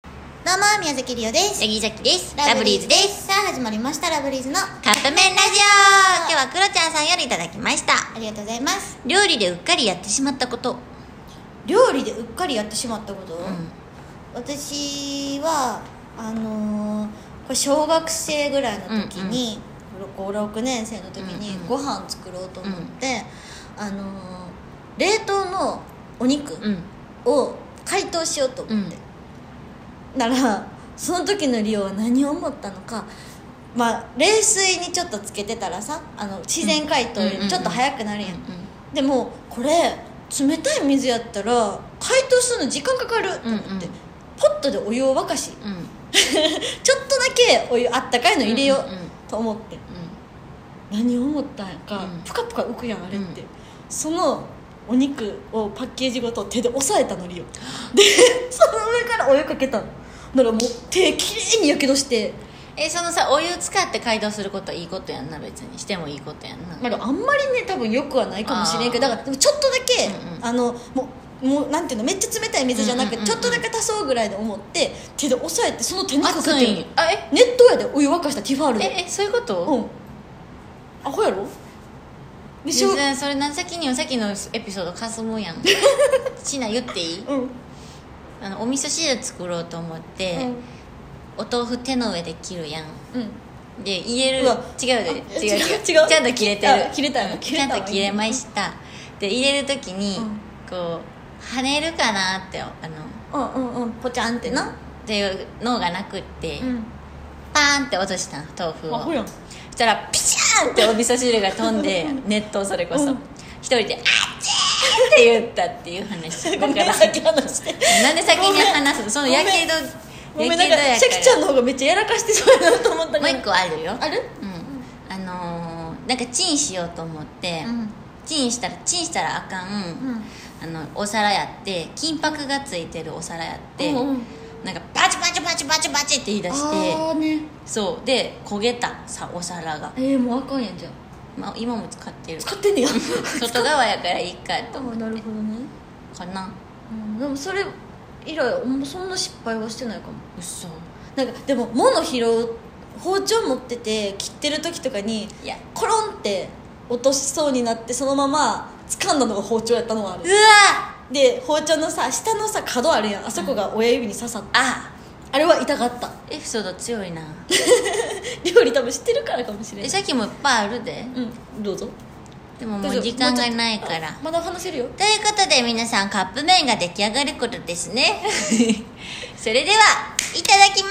どうも宮崎りおですヤギジャキですラブリーズですさあ始まりましたラブリーズのあカップ麺ラジオ今日はクロちゃんさんよりいただきましたりがとうございます料理でうっかりやってしまったこと料理でうっかりやってしまったこと、うん私はあのーこれ小学生ぐらいの時に、56年生の時にうんうんご飯作ろうと思って、あのー冷凍のお肉うんを解凍しようと思って、ならその時のリオは何を思ったのかまあ冷水にちょっとつけてたらさあの自然解凍よりちょっと早くなるやん、でもこれ冷たい水やったら解凍するの時間かかると思って、うんうんポットでお湯を沸かしうんうんちょっとだけお湯あったかいの入れようんうんうんうと思って、何を思ったんやか、うんプカプカ浮くやんあれって、うんそのお肉をパッケージごと手で押さえたのりよで その上からお湯かけたのだからもう手きれいにやけどしてえそのさお湯使って解凍することいいことやんな別にしてもいいことやんなまあ、でもあんまりね多分よくはないかもしれんけどあーだからでもちょっとだけ、うんうんあのもうもうなんていうのめっちゃ冷たい水じゃなくて、うんうんうんちょっとだけ足そうぐらいで思って手で押さえてその手にかけて熱いんあえ熱湯やでお湯沸かしたティファールでええそういうこと、うんアホやろでしょ全然それな先にお先のエピソードかす むやんシナ言っていいうんあのお味噌汁作ろうと思って、うんお豆腐手の上で切るやんうんで言うえる違わうであ違う違う違違うちゃんと切れてるあ切れたようん切れちたゃわんと切れましたで入れる時にうんこう跳ねるかなってあのうんうんうんポチャンってなで脳がなくって、んパーンって落としたの豆腐アホやをんそしたらピシャーンってお味噌汁が飛んで熱湯それこそ、うん一人で「あっちー!」って言ったっていう話 ごだめからんさっき話してなんで先に話すのそのやけどごめやんなんけかどやシャキちゃんの方がめっちゃやらかしてそうやなと思ったもうけ一ど個あるよあるうんあのーなんかチンしようと思って、うんチンしたらチンしたらあかん、んあのお皿やって金箔がついてるお皿やって、うんうんなんかバチバチバチバチバチって言い出してああねそうで焦げたさお皿が、えー、もうあかんやんじゃんまあ、今も使ってる使ってんねや外側やからいいかとなるほどね、かなうん、でもそれ以来もうそんな失敗はしてないかも嘘なんかでも物拾う包丁持ってて切ってる時とかにいやコロンって落としそうになってそのまま掴んだのが包丁やったのはあうるわで包丁のさ下のさ角あるやんあそこが親指に刺さった、ああれは痛かったエピソード強いな料理多分知ってるからかもしれえないさっきもいっぱいあるでうんどうぞでももう時間がないからまだ話せるよということで皆 さんカップ麺が出来上がることですねそれではいただきま